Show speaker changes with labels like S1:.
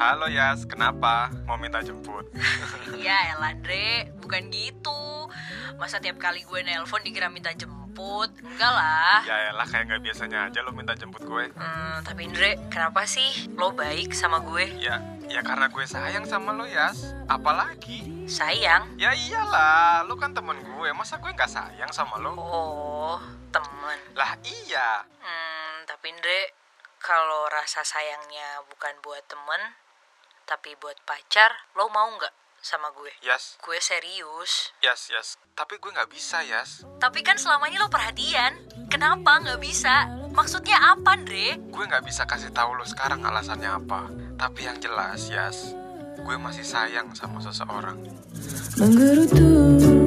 S1: Halo Yas, kenapa? Mau minta jemput?
S2: Iya elah Dre, bukan gitu Masa tiap kali gue nelpon dikira minta jemput Enggak lah
S1: Ya elah, kayak nggak biasanya aja lo minta jemput gue.
S2: Hmm, tapi Dre, kenapa sih lo baik sama gue?
S1: Ya, ya karena gue sayang sama lo Yas. Apalagi?
S2: Sayang
S1: Ya iyalah, lo kan temen gue. Masa gue nggak sayang sama lo?
S2: Oh, temen
S1: Lah iya.
S2: Hmm, tapi Dre, kalau rasa sayangnya bukan buat temen Tapi buat pacar, lo mau nggak sama gue?
S1: Yas,
S2: Gue serius
S1: Yas, Yas. Tapi gue nggak bisa Yas.
S2: Tapi kan selama ini lo perhatian Kenapa nggak bisa? Maksudnya apa, Dre?
S1: Gue nggak bisa kasih tahu lo sekarang alasannya apa. Tapi yang jelas Yas, gue masih sayang sama seseorang.
S3: menggerutu